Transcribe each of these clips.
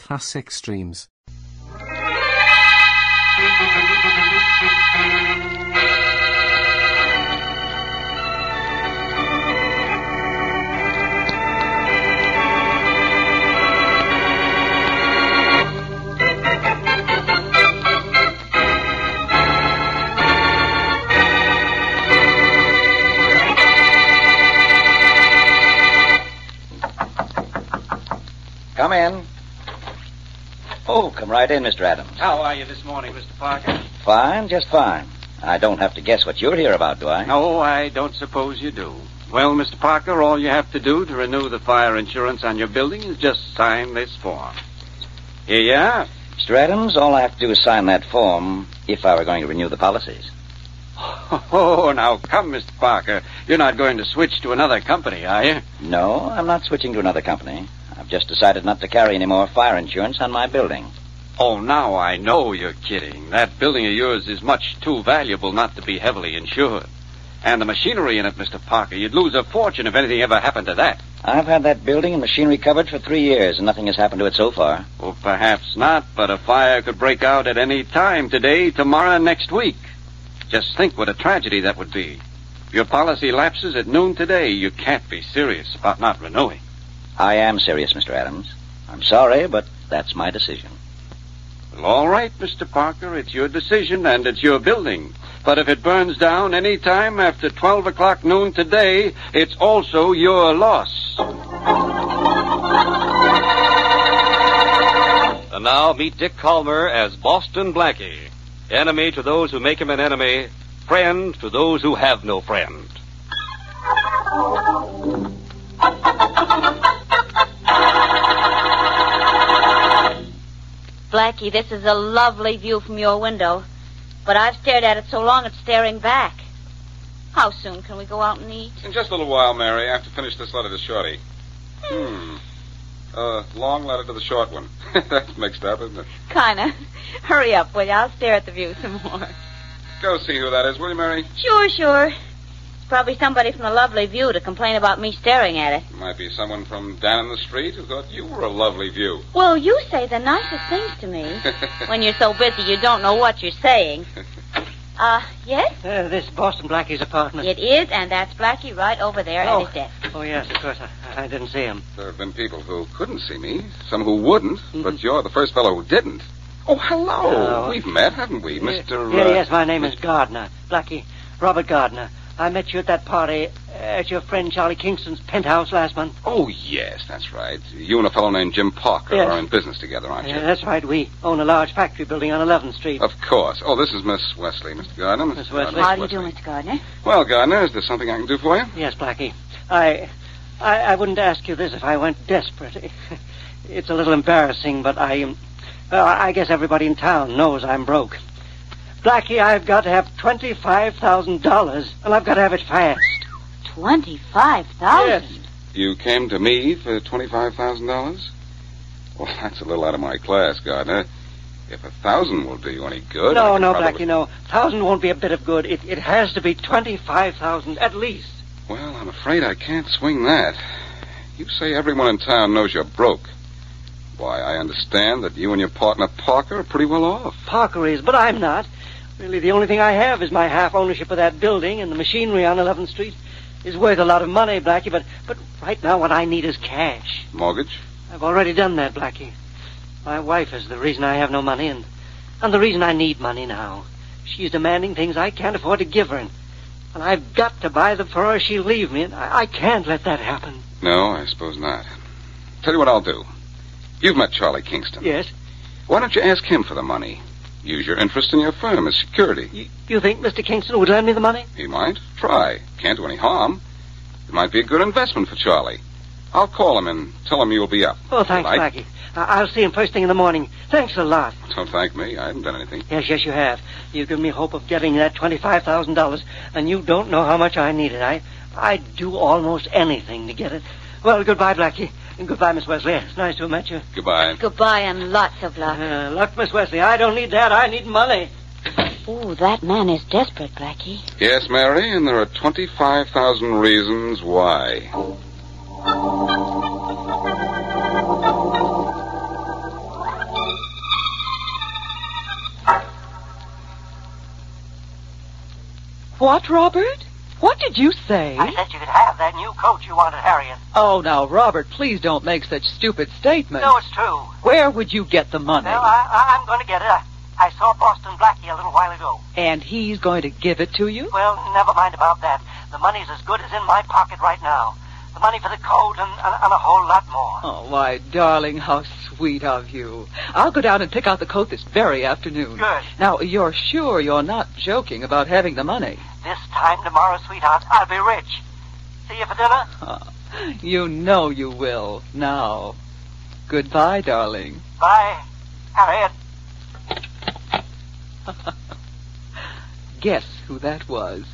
classic streams. Come in. Oh, come right in, Mr. Adams. How are you this morning, Mr. Parker? Fine, just fine. I don't have to guess what you're here about, do I? No, Oh, I don't suppose you do. Well, Mr. Parker, all you have to do to renew the fire insurance on your building is just sign this form. Here you are. Mr. Adams, all I have to do is sign that form if I were going to renew the policies. Oh, now come, Mr. Parker. You're not going to switch to another company, are you? No, I'm not switching to another company. I've just decided not to carry any more fire insurance on my building. Oh, now I know you're kidding. That building of yours is much too valuable not to be heavily insured. And the machinery in it, Mr. Parker, you'd lose a fortune if anything ever happened to that. I've had that building and machinery covered for three years, and nothing has happened to it so far. Well, perhaps not, but a fire could break out at any time today, tomorrow, next week. Just think what a tragedy that would be. Your policy lapses at noon today. You can't be serious about not renewing. I am serious, Mr. Adams. I'm sorry, but that's my decision. Well, all right, Mr. Parker, it's your decision and it's your building. But if it burns down any time after 12 o'clock noon today, it's also your loss. And now meet Dick Calmer as Boston Blackie. Enemy to those who make him an enemy, friend to those who have no friend. Uh, Blackie, this is a lovely view from your window, but I've stared at it so long it's staring back. How soon can we go out and eat? In just a little while, Mary, I have to finish this letter to Shorty. Hmm. Uh, long letter to the short one. That's mixed up, isn't it? Kinda. Hurry up, will you? I'll stare at the view some more. Go see who that is, will you, Mary? Sure, sure. It's probably somebody from the lovely view to complain about me staring at it. Might be someone from down in the street who thought you were a lovely view. Well, you say the nicest things to me. when you're so busy, you don't know what you're saying. Uh, yes? Uh, this Boston Blackie's apartment. It is, and that's Blackie right over there Oh. at his desk. Oh, yes, of course. I, I didn't see him. Mm-hmm. There have been people who couldn't see me, some who wouldn't, but you're the first fellow who didn't. Oh, hello. Hello. We've met, haven't we, Mr. Yeah, uh, yes, my name is Gardner. Blackie, Robert Gardner. I met you at that party uh, at your friend Charlie Kingston's penthouse last month. Oh, yes, that's right. You and a fellow named Jim Parker Yes. are in business together, aren't you? Yeah, that's right. We own a large factory building on 11th Street. Of course. Oh, this is Miss Wesley, Mr. Gardner. Miss Gardner, Wesley. How do you do, Mr. Gardner? Well, Gardner, is there something I can do for you? Yes, Blackie. I, I, I wouldn't ask you this if I weren't desperate. It's a little embarrassing, but I, um, well, I guess everybody in town knows I'm broke. Blackie, I've got to have twenty-five thousand dollars, and I've got to have it fast. Twenty-five thousand. You came to me for $25,000? Well, that's a little out of my class, Gardner. If a thousand will do you any good. I no, could no, probably... Blackie, no. Thousand won't be a bit of good. It, it has to be twenty-five thousand at least. Well, I'm afraid I can't swing that. You say everyone in town knows you're broke. Why, I understand that you and your partner Parker are pretty well off. Parker is, but I'm not. Really, the only thing I have is my half ownership of that building, and the machinery on 11th Street is worth a lot of money, Blackie. But, but right now, what I need is cash. Mortgage? I've already done that, Blackie. My wife is the reason I have no money, and, and the reason I need money now. She's demanding things I can't afford to give her, and, and I've got to buy them for her or she'll leave me, and I, I can't let that happen. No, I suppose not. Tell you what I'll do. You've met Charlie Kingston. Yes? Why don't you ask him for the money? Use your interest in your firm as security. You, you think Mr. Kingston would lend me the money? He might. Try. Can't do any harm. It might be a good investment for Charlie. I'll call him and tell him you'll be up. Oh, thanks, All right. Blackie. I, I'll see him first thing in the morning. Thanks a lot. Don't thank me. I haven't done anything. Yes, yes, you have. You've given me hope of getting that $25,000, and you don't know how much I need it. I, I'd do almost anything to get it. Well, goodbye, Blackie. And goodbye, Miss Wesley. It's nice to have met you. Goodbye. Goodbye and lots of luck. Uh, look, Miss Wesley, I don't need that. I need money. Ooh, that man is desperate, Blackie. Yes, Mary, and there are 25,000 reasons why. What, Robert? What did you say? I said you could have that new coat you wanted, Harriet. Oh, now, Robert, please don't make such stupid statements. No, it's true. Where would you get the money? Well, I, I, I'm going to get it. I, I saw Boston Blackie a little while ago. And he's going to give it to you? Well, never mind about that. The money's as good as in my pocket right now. The money for the coat and, and, and a whole lot more. Oh, my darling, how sweet of you. I'll go down and pick out the coat this very afternoon. Good. Now, you're sure you're not joking about having the money? This time tomorrow, sweetheart, I'll be rich. See you for dinner. Ah, you know you will now. Goodbye, darling. Bye, Harriet. Guess who that was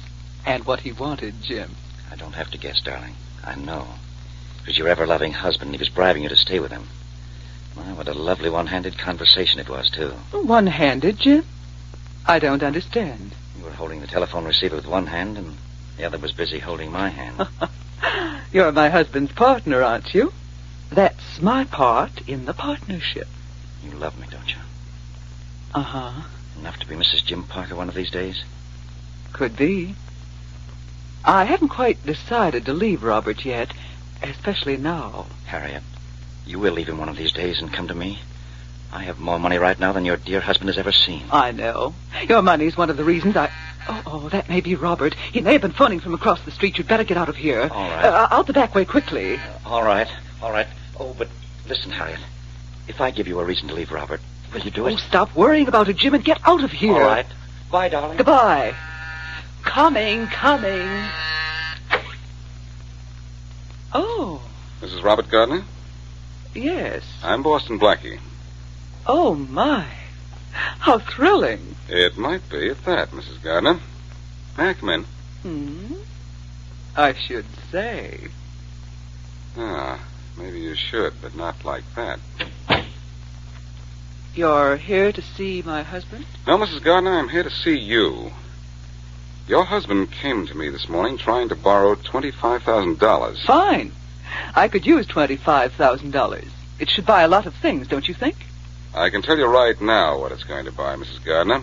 and what he wanted, Jim. I don't have to guess, darling. I know. It was your ever loving husband. and He was bribing you to stay with him. My, what a lovely one handed conversation it was, too. One handed, Jim? I don't understand. You were holding the telephone receiver with one hand, and the other was busy holding my hand. You're my husband's partner, aren't you? That's my part in the partnership. you love me, don't you? Uh huh. Enough to be Mrs. Jim Parker one of these days? Could be. I haven't quite decided to leave Robert yet, especially now. Harriet, you will leave him one of these days and come to me. I have more money right now than your dear husband has ever seen. I know. Your money's one of the reasons I. Oh, oh, that may be Robert. He may have been phoning from across the street. You'd better get out of here. All right. Uh, out the back way quickly. Uh, All right, all right. Oh, but listen, Harriet. If I give you a reason to leave Robert, will you do Oh, it? stop worrying about it, Jim, and get out of here. All right. Bye, darling. Goodbye. Coming, coming. Oh, Mrs. Robert Gardner? yes. I'm Boston Blackie. Oh, my. How thrilling. It might be at that, Mrs. Gardner. May I come in? Hmm. I should say. Ah, maybe you should, but not like that. You're here to see my husband? No, Mrs. Gardner, I'm here to see you. Your husband came to me this morning trying to borrow $25,000. Fine. I could use $25,000. It should buy a lot of things, don't you think? I can tell you right now what it's going to buy, Mrs. Gardner.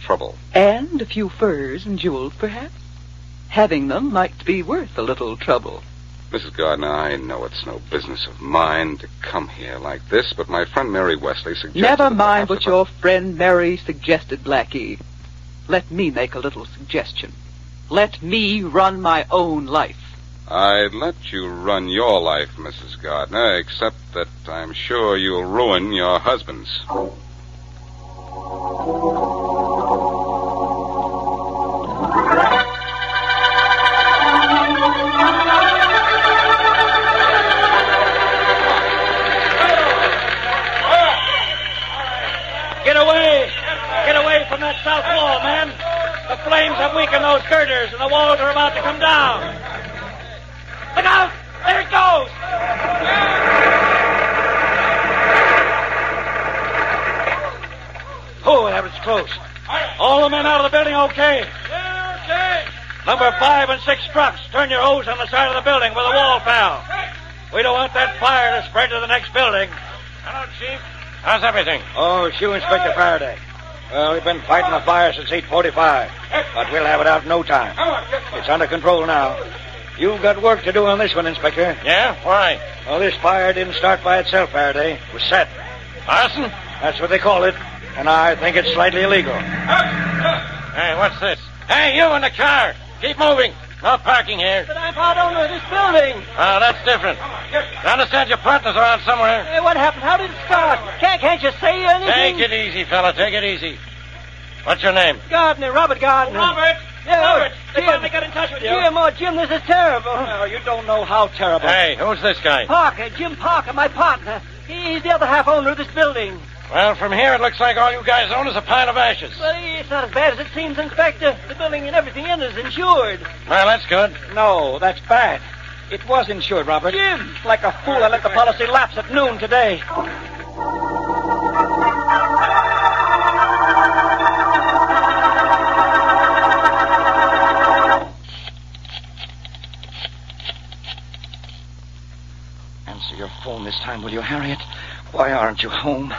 Trouble. And a few furs and jewels, perhaps. Having them might be worth a little trouble. Mrs. Gardner, I know it's no business of mine to come here like this, but my friend Mary Wesley suggested. Never that perhaps mind what if I- your friend Mary suggested, Blackie. Let me make a little suggestion. Let me run my own life. I'd let you run your life, Mrs. Gardner, except that I'm sure you'll ruin your husband's. Get away! Get away from that south wall, man! The flames have weakened those girders, and the walls are about to come down. Look out! There it goes! Oh, that was close. All the men out of the building okay? okay. uh, Number five and six trucks, turn your hose on the side of the building where the wall fell. We don't want that fire to spread to the next building. Hello, Chief. How's everything? Oh, it's you, Inspector Faraday. Well, we've been fighting the fire since 845, but we'll have it out in no time. It's under control now. You've got work to do on this one, Inspector. Yeah? Why? Well, this fire didn't start by itself, Faraday. It was set. Arson? That's what they call it, and I think it's slightly illegal. Hey, what's this? Hey, you in the car! Keep moving! No parking here. But I'm part owner of this building. Oh, that's different. I understand your partner's around somewhere. Hey, what happened? How did it start? Can't, can't you say anything? Take it easy, fella. Take it easy. What's your name? Gardner, Robert Gardner. Robert! Yeah, Robert, they finally got in touch with you. Jim, oh, Jim, this is terrible. Oh, you don't know how terrible. Hey, who's this guy? Parker, Jim Parker, my partner. He's the other half owner of this building. Well, from here, it looks like all you guys own is a pile of ashes. Well, it's not as bad as it seems, Inspector. The building and everything in it is insured. Well, that's good. No, that's bad. It was insured, Robert. Jim! Like a fool, I let the policy lapse at noon today. Answer your phone this time, will you, Harriet? Why aren't you home?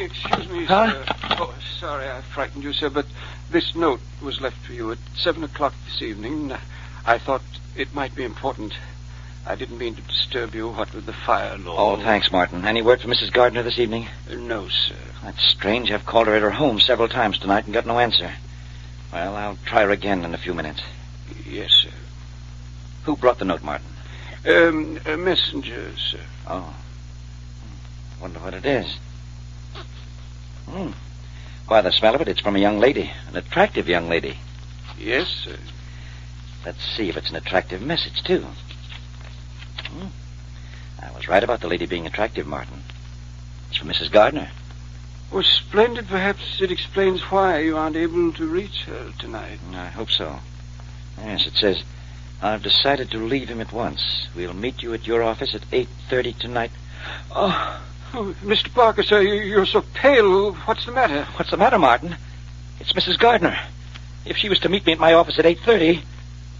excuse me, Huh? sir. Oh, sorry I frightened you, sir, but this note was left for you at 7 o'clock this evening. I thought it might be important. I didn't mean to disturb you, what with the fire Oh, law. thanks, Martin. Any word from Mrs. Gardner this evening? No, sir. That's strange. I've called her at her home several times tonight and got no answer. Well, I'll try her again in a few minutes. Yes, sir. Who brought the note, Martin? Um, a messenger, sir. Oh. Wonder what it is. Hmm. By the smell of it, it's from a young lady. An attractive young lady. Yes, sir. Let's see if it's an attractive message, too. Hmm. I was right about the lady being attractive, Martin. It's from Mrs. Gardner. Was splendid. Perhaps it explains why you aren't able to reach her tonight. I hope so. Yes, it says, I've decided to leave him at once. We'll meet you at your office at 8.30 tonight. Oh, Oh, Mr. Parker, sir, you- you're so pale. What's the matter? Uh, what's the matter, Martin? It's Mrs. Gardner. If she was to meet me at my office at 8.30,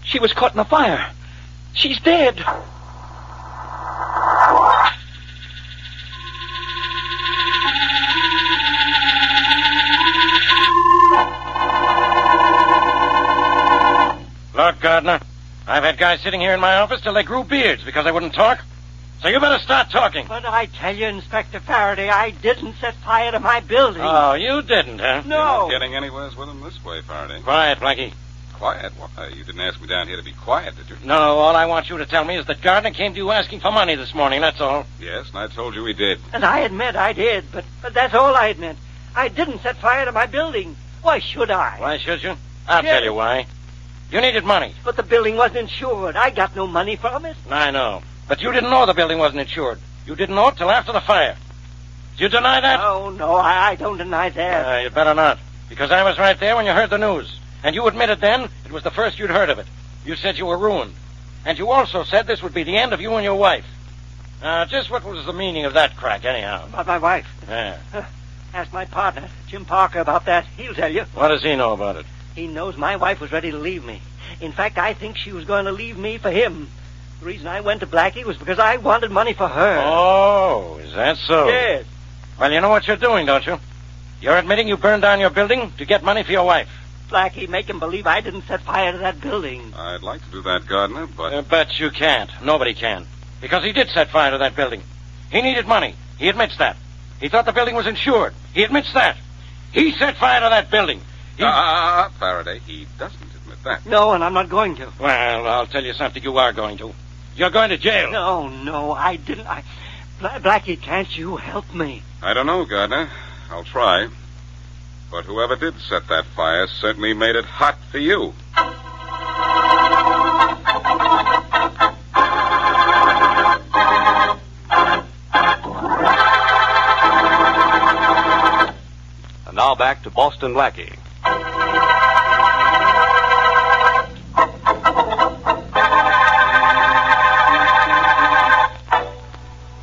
she was caught in the fire. She's dead. Look, Gardner, I've had guys sitting here in my office till they grew beards because I wouldn't talk. So you better start talking. But I tell you, Inspector Faraday, I didn't set fire to my building. Uh. Oh, you didn't, huh? no. Getting anywheres with him this way, Faraday. Quiet, Blackie. Quiet? Why, you didn't ask me down here to be quiet, did you? No, all I want you to tell me is that Gardner came to you asking for money this morning, that's all. Yes, and I told you he did. And I admit I did, but, but that's all I admit. I didn't set fire to my building. Why should I? Why should you? I'll Yes. tell you why. You needed money. But the building wasn't insured. I got no money from it. I know. But you didn't know the building wasn't insured. You didn't know it till after the fire. Do you deny that? Oh, no, I, I don't deny that. Uh, you'd better not, because I was right there when you heard the news. And you admitted then it was the first you'd heard of it. You said you were ruined. And you also said this would be the end of you and your wife. Now, just what was the meaning of that crack, anyhow? About my wife. Yeah. Ask my partner, Jim Parker, about that. He'll tell you. What does he know about it? He knows my wife was ready to leave me. In fact, I think she was going to leave me for him. The reason I went to Blackie was because I wanted money for her. Oh, is that so? yes. Well, you know what you're doing, don't you? You're admitting you burned down your building to get money for your wife. Blackie, make him believe I didn't set fire to that building. I'd like to do that, Gardner, but. Uh, but you can't. Nobody can. Because he did set fire to that building. He needed money. He admits that. He thought the building was insured. He admits that. He set fire to that building. He... Ah, Faraday, he doesn't admit that. No, and I'm not going to. Well, I'll tell you something you are going to. You're going to jail. No, no, I didn't. I... Bla- Blackie, can't you help me? I don't know, Gardner. I'll try. But whoever did set that fire certainly made it hot for you. And now back to Boston Blackie.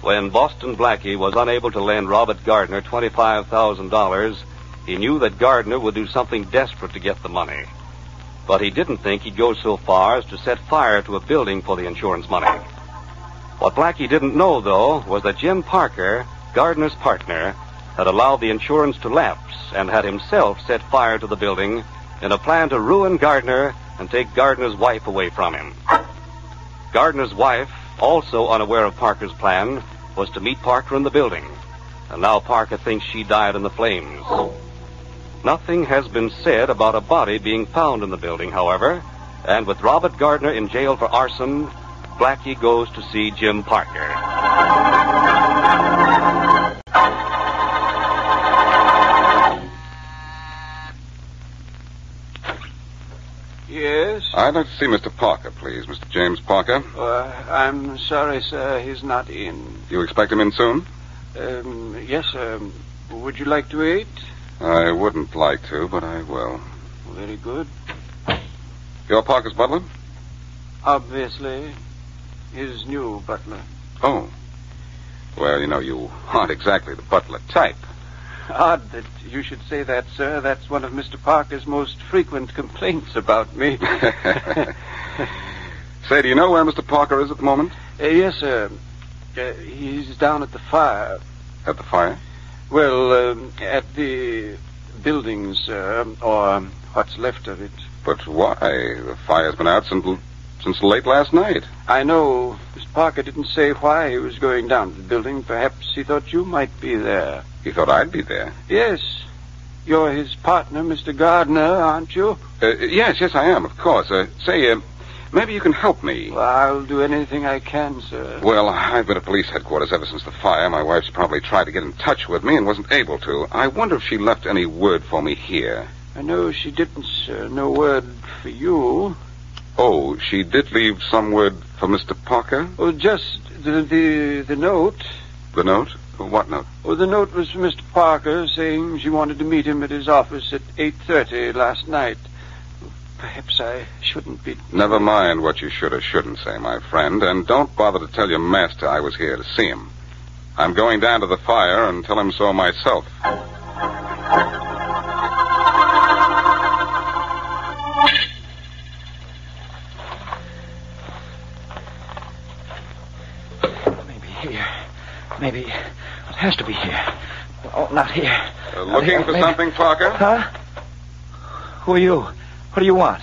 When Boston Blackie was unable to lend Robert Gardner $25,000, he knew that Gardner would do something desperate to get the money. But he didn't think he'd go so far as to set fire to a building for the insurance money. What Blackie didn't know, though, was that Jim Parker, Gardner's partner, had allowed the insurance to lapse and had himself set fire to the building in a plan to ruin Gardner and take Gardner's wife away from him. Gardner's wife, also unaware of Parker's plan, was to meet Parker in the building. And now Parker thinks she died in the flames. Nothing has been said about a body being found in the building, however, and with Robert Gardner in jail for arson, Blackie goes to see Jim Parker. Yes? I'd like to see Mr. Parker, please, Mr. James Parker. Uh, I'm sorry, sir. He's not in. You expect him in soon? Um, yes, sir. Would you like to wait? I wouldn't like to, but I will. Very good. You're Parker's butler? Obviously, his new butler. Oh. Well, you know, you aren't exactly the butler type. Odd that you should say that, sir. That's one of Mr. Parker's most frequent complaints about me. Say, do you know where Mr. Parker is at the moment? Uh, yes, sir. Uh, he's down at the fire. At the fire? Well, um, at the buildings, uh, or um, what's left of it. But why? The fire's been out since, since late last night. I know Mr. Parker didn't say why he was going down to the building. Perhaps he thought you might be there. He thought I'd be there. Yes. You're his partner, Mr. Gardner, aren't you? Uh, yes, yes, I am, of course. Uh, say, uh, maybe you can help me. Well, I'll do anything I can, sir. Well, I've been at police headquarters ever since the fire. My wife's probably tried to get in touch with me and wasn't able to. I wonder if she left any word for me here. I know she didn't, sir. No word for you. Oh, she did leave some word for Mr. Parker? Oh, just the the, the note. The note? What note? Oh, the note was from Mr. Parker saying she wanted to meet him at his office at eight thirty last night. Perhaps I shouldn't be. Never mind what you should or shouldn't say, my friend, and don't bother to tell your master I was here to see him. I'm going down to the fire and tell him so myself. Maybe here. Maybe it has to be here. Oh, not here. Uh, looking for something, Parker? Huh? Who are you? What do you want?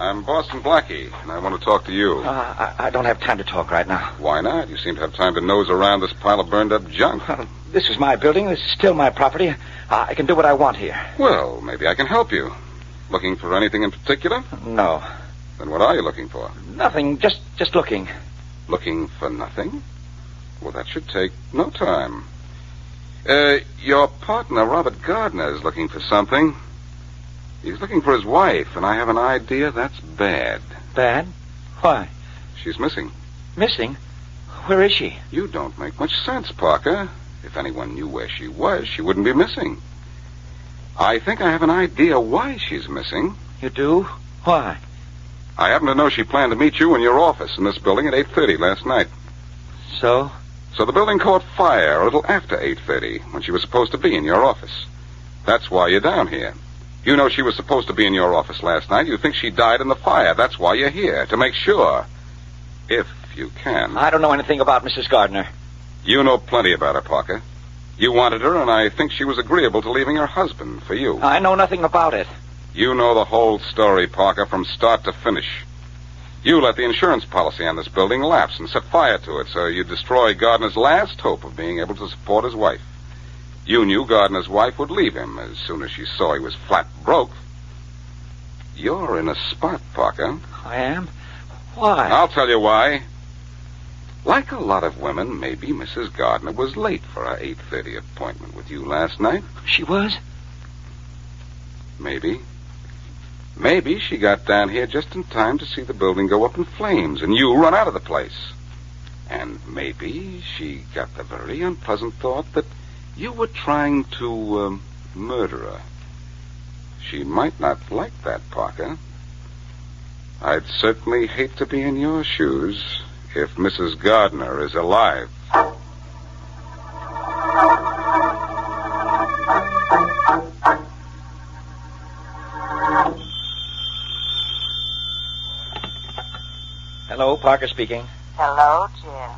I'm Boston Blackie, and I want to talk to you. Uh, I, I don't have time to talk right now. Why not? You seem to have time to nose around this pile of burned up junk. Well, this is my building. This is still my property. Uh, I I can do what I want here. Well, maybe I can help you. Looking for anything in particular? No, Then what are you looking for? nothing. Just, just looking. Looking for nothing? Well, that should take no time. Uh, your partner, Robert Gardner, is looking for something. He's looking for his wife, and I have an idea that's bad. Bad? Why? She's missing. Missing? Where is she? You don't make much sense, Parker. If anyone knew where she was, she wouldn't be missing. I think I have an idea why she's missing. You do? Why? I happen to know she planned to meet you in your office in this building at 8.30 last night. So? So the building caught fire a little after 8.30 when she was supposed to be in your office. That's why you're down here. You know she was supposed to be in your office last night. You think she died in the fire. That's why you're here, to make sure. If you can. I don't know anything about Mrs. Gardner. You know plenty about her, Parker. You wanted her, and I think she was agreeable to leaving her husband for you. I know nothing about it. You know the whole story, Parker, from start to finish. You let the insurance policy on this building lapse and set fire to it, so you destroy Gardner's last hope of being able to support his wife. You knew Gardner's wife would leave him as soon as she saw he was flat broke. You're in a spot, Parker. I am? Why? I'll tell you why. Like a lot of women, maybe Mrs. Gardner was late for her 8:30 appointment with you last night. She was? Maybe. Maybe she got down here just in time to see the building go up in flames and you run out of the place. And maybe she got the very unpleasant thought that you were trying to um, murder her. She might not like that, Parker. I'd certainly hate to be in your shoes if Mrs. Gardner is alive. Hello, Parker speaking. Hello, Jim.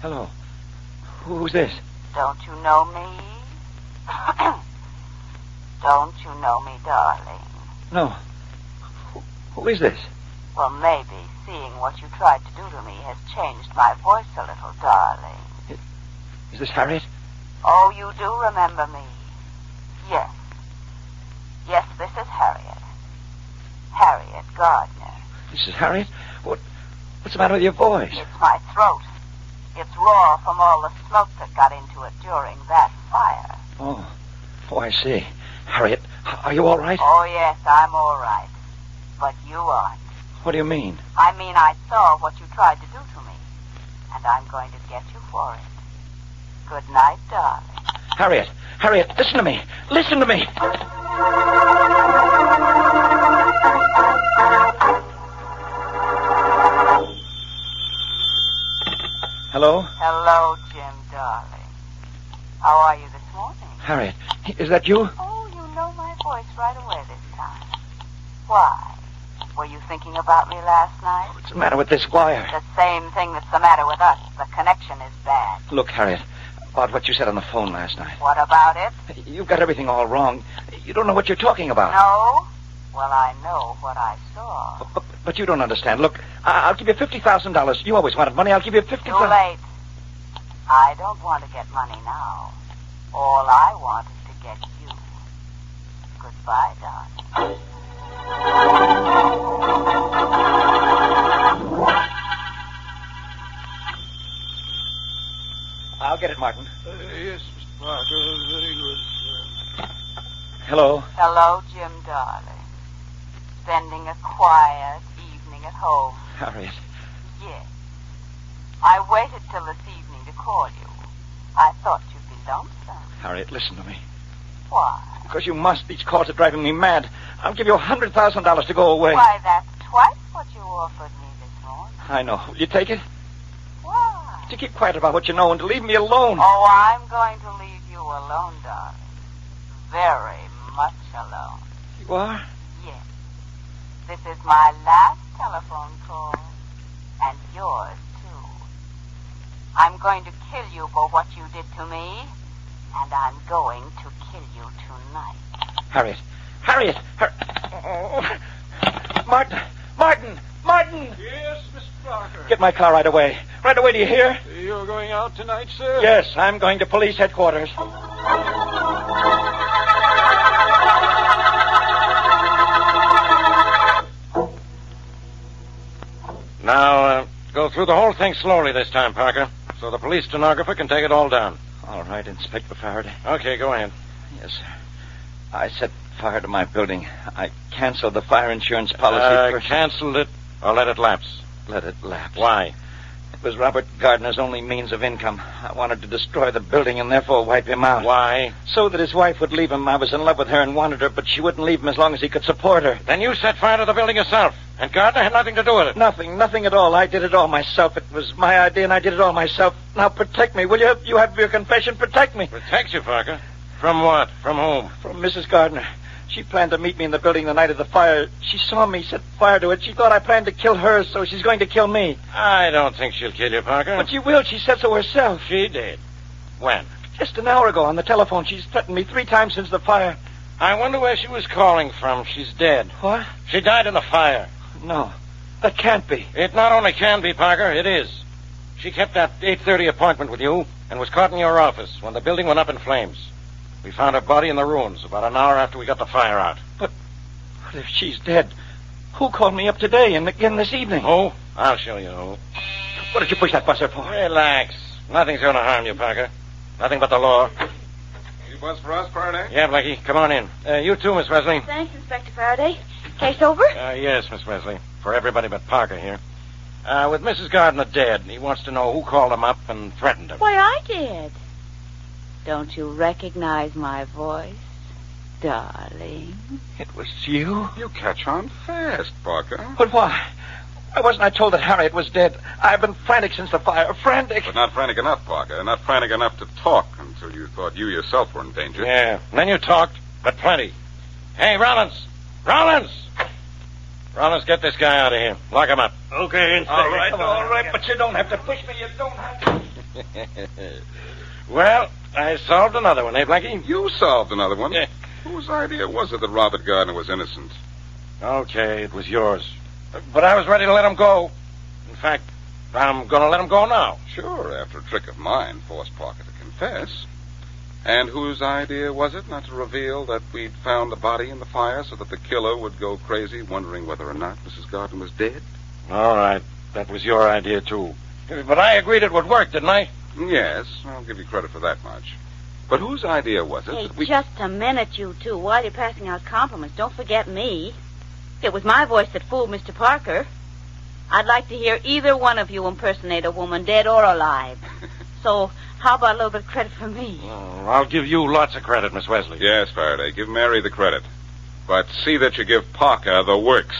Hello. Who- Who's this? Don't you know me? Don't you know me, darling? No. Who- Who is this? Well, maybe seeing what you tried to do to me has changed my voice a little, darling. Is this Harriet? Oh, you do remember me? Yes. Yes, this is Harriet. Harriet Gardner. This is Harriet? What, what's the matter with your voice? It's my throat. It's raw from all the smoke that got into it during that fire. Oh. Oh, I see. Harriet, h- are you all right? Oh, yes, I'm all right. But you aren't. What do you mean? I mean, I saw what you tried to do to me, and I'm going to get you for it. Good night, darling. Harriet, Harriet, listen to me. Listen to me. Hello? Hello, Jim, darling. How are you this morning? Harriet, is that you? Oh, you know my voice right away this time. Why? Were you thinking about me last night? What's the matter with this wire? The same thing that's the matter with us. The connection is bad. Look, Harriet, About what you said on the phone last night. What about it? You've got everything all wrong. You don't know what you're talking about. No? Well, I know what I saw. But, but you don't understand. Look, I- I'll give you fifty thousand dollars. You always wanted money. I'll give you fifty. Too late. I don't want to get money now. All I want is to get you. Goodbye, Don. I'll get it, Martin. Uh, yes, Mr. Parker, very good. Hello. Hello, Jim, darling. Spending a quiet evening at home. Harriet. Yes. I waited till this evening to call you. I thought you'd be lonesome. Harriet, listen to me. Why? Because you must. These calls are driving me mad. I'll give you a hundred thousand dollars to go away. Why, that's twice what you offered me this morning. I know. Will you take it? Why? To keep quiet about what you know and to leave me alone. Oh, I'm going to leave you alone, darling. Very much alone. You are? Yes. This is my last telephone call. And yours, too. I'm going to kill you for what you did to me. And I'm going to kill you tonight. Harriet. Harriet. Har- oh. Martin. Martin. Martin. Yes, Mr. Parker. Get my car right away. Right away, do you hear? You're going out tonight, sir? Yes, I'm going to police headquarters. Uh-huh. Now, uh, go through the whole thing slowly this time, Parker, so the police stenographer can take it all down. All right, Inspector Faraday. Okay, go ahead. Yes, sir. I set fire to my building. I canceled the fire insurance policy. Uh, first. canceled it or let it lapse. Let it lapse. Why? It was Robert Gardner's only means of income. I wanted to destroy the building and therefore wipe him out. Why? So that his wife would leave him. I was in love with her and wanted her, but she wouldn't leave him as long as he could support her. Then you set fire to the building yourself, and Gardner had nothing to do with it. Nothing, nothing at all. I did it all myself. It was my idea, and I did it all myself. Now protect me, will you? You have your confession. Protect me Protect you, Parker. From what? From whom? from Mrs. Gardner. She planned to meet me in the building the night of the fire. She saw me set fire to it. She thought I planned to kill her, so she's going to kill me. I don't think she'll kill you, Parker. But she will. She said so herself. She did. When? Just an hour ago on the telephone, she's threatened me three times since the fire. I wonder where she was calling from. She's dead. What? She died in the fire. No, that can't be. It not only can be, Parker, it is. She kept that 8.30 appointment with you and was caught in your office when the building went up in flames. We found her body in the ruins about an hour after we got the fire out. What if she's dead? Who called me up today and again this evening? Who? I'll show you who. What did you push that buzzer for? Relax. Nothing's going to harm you, Parker. Nothing but the law. You buzz for us, Faraday? Yeah, Blackie, come on in. Uh, you too, Miss Wesley. Thanks, Inspector Faraday. Case over? Uh, yes, Miss Wesley. For everybody but Parker here. Uh, with Mrs. Gardner dead, he wants to know who called him up and threatened him. Why, I did. Don't you recognize my voice, darling? It was you. You catch on fast, Parker. But why? Why wasn't I told that Harriet was dead? I've been frantic since the fire. Frantic. But not frantic enough, Parker. Not frantic enough to talk until you thought you yourself were in danger. Yeah. And then you talked, but plenty. Hey, Rollins! Rollins! Rollins, get this guy out of here. Lock him up. Okay, Inspector. All right, all right, but you don't have to push me. You don't have to. well, I solved another one, eh, Blackie? You solved another one. Yeah. Whose idea was it that Robert Gardner was innocent? Okay, it was yours. But I was ready to let him go. In fact, I'm going to let him go now. Sure, after a trick of mine forced Parker to confess. And whose idea was it not to reveal that we'd found the body in the fire so that the killer would go crazy wondering whether or not Mrs. Gardner was dead? All right. That was your idea, too. But I agreed it would work, didn't I? Yes, I'll give you credit for that much. But whose idea was it Hey, that we. just a minute, you two. While you're passing out compliments, don't forget me. It was my voice that fooled Mr. Parker. I'd like to hear either one of you impersonate a woman, dead or alive. So, how about a little bit of credit for me? Oh, I'll give you lots of credit, Miss Wesley. Yes, Faraday, give Mary the credit. But see that you give Parker the works.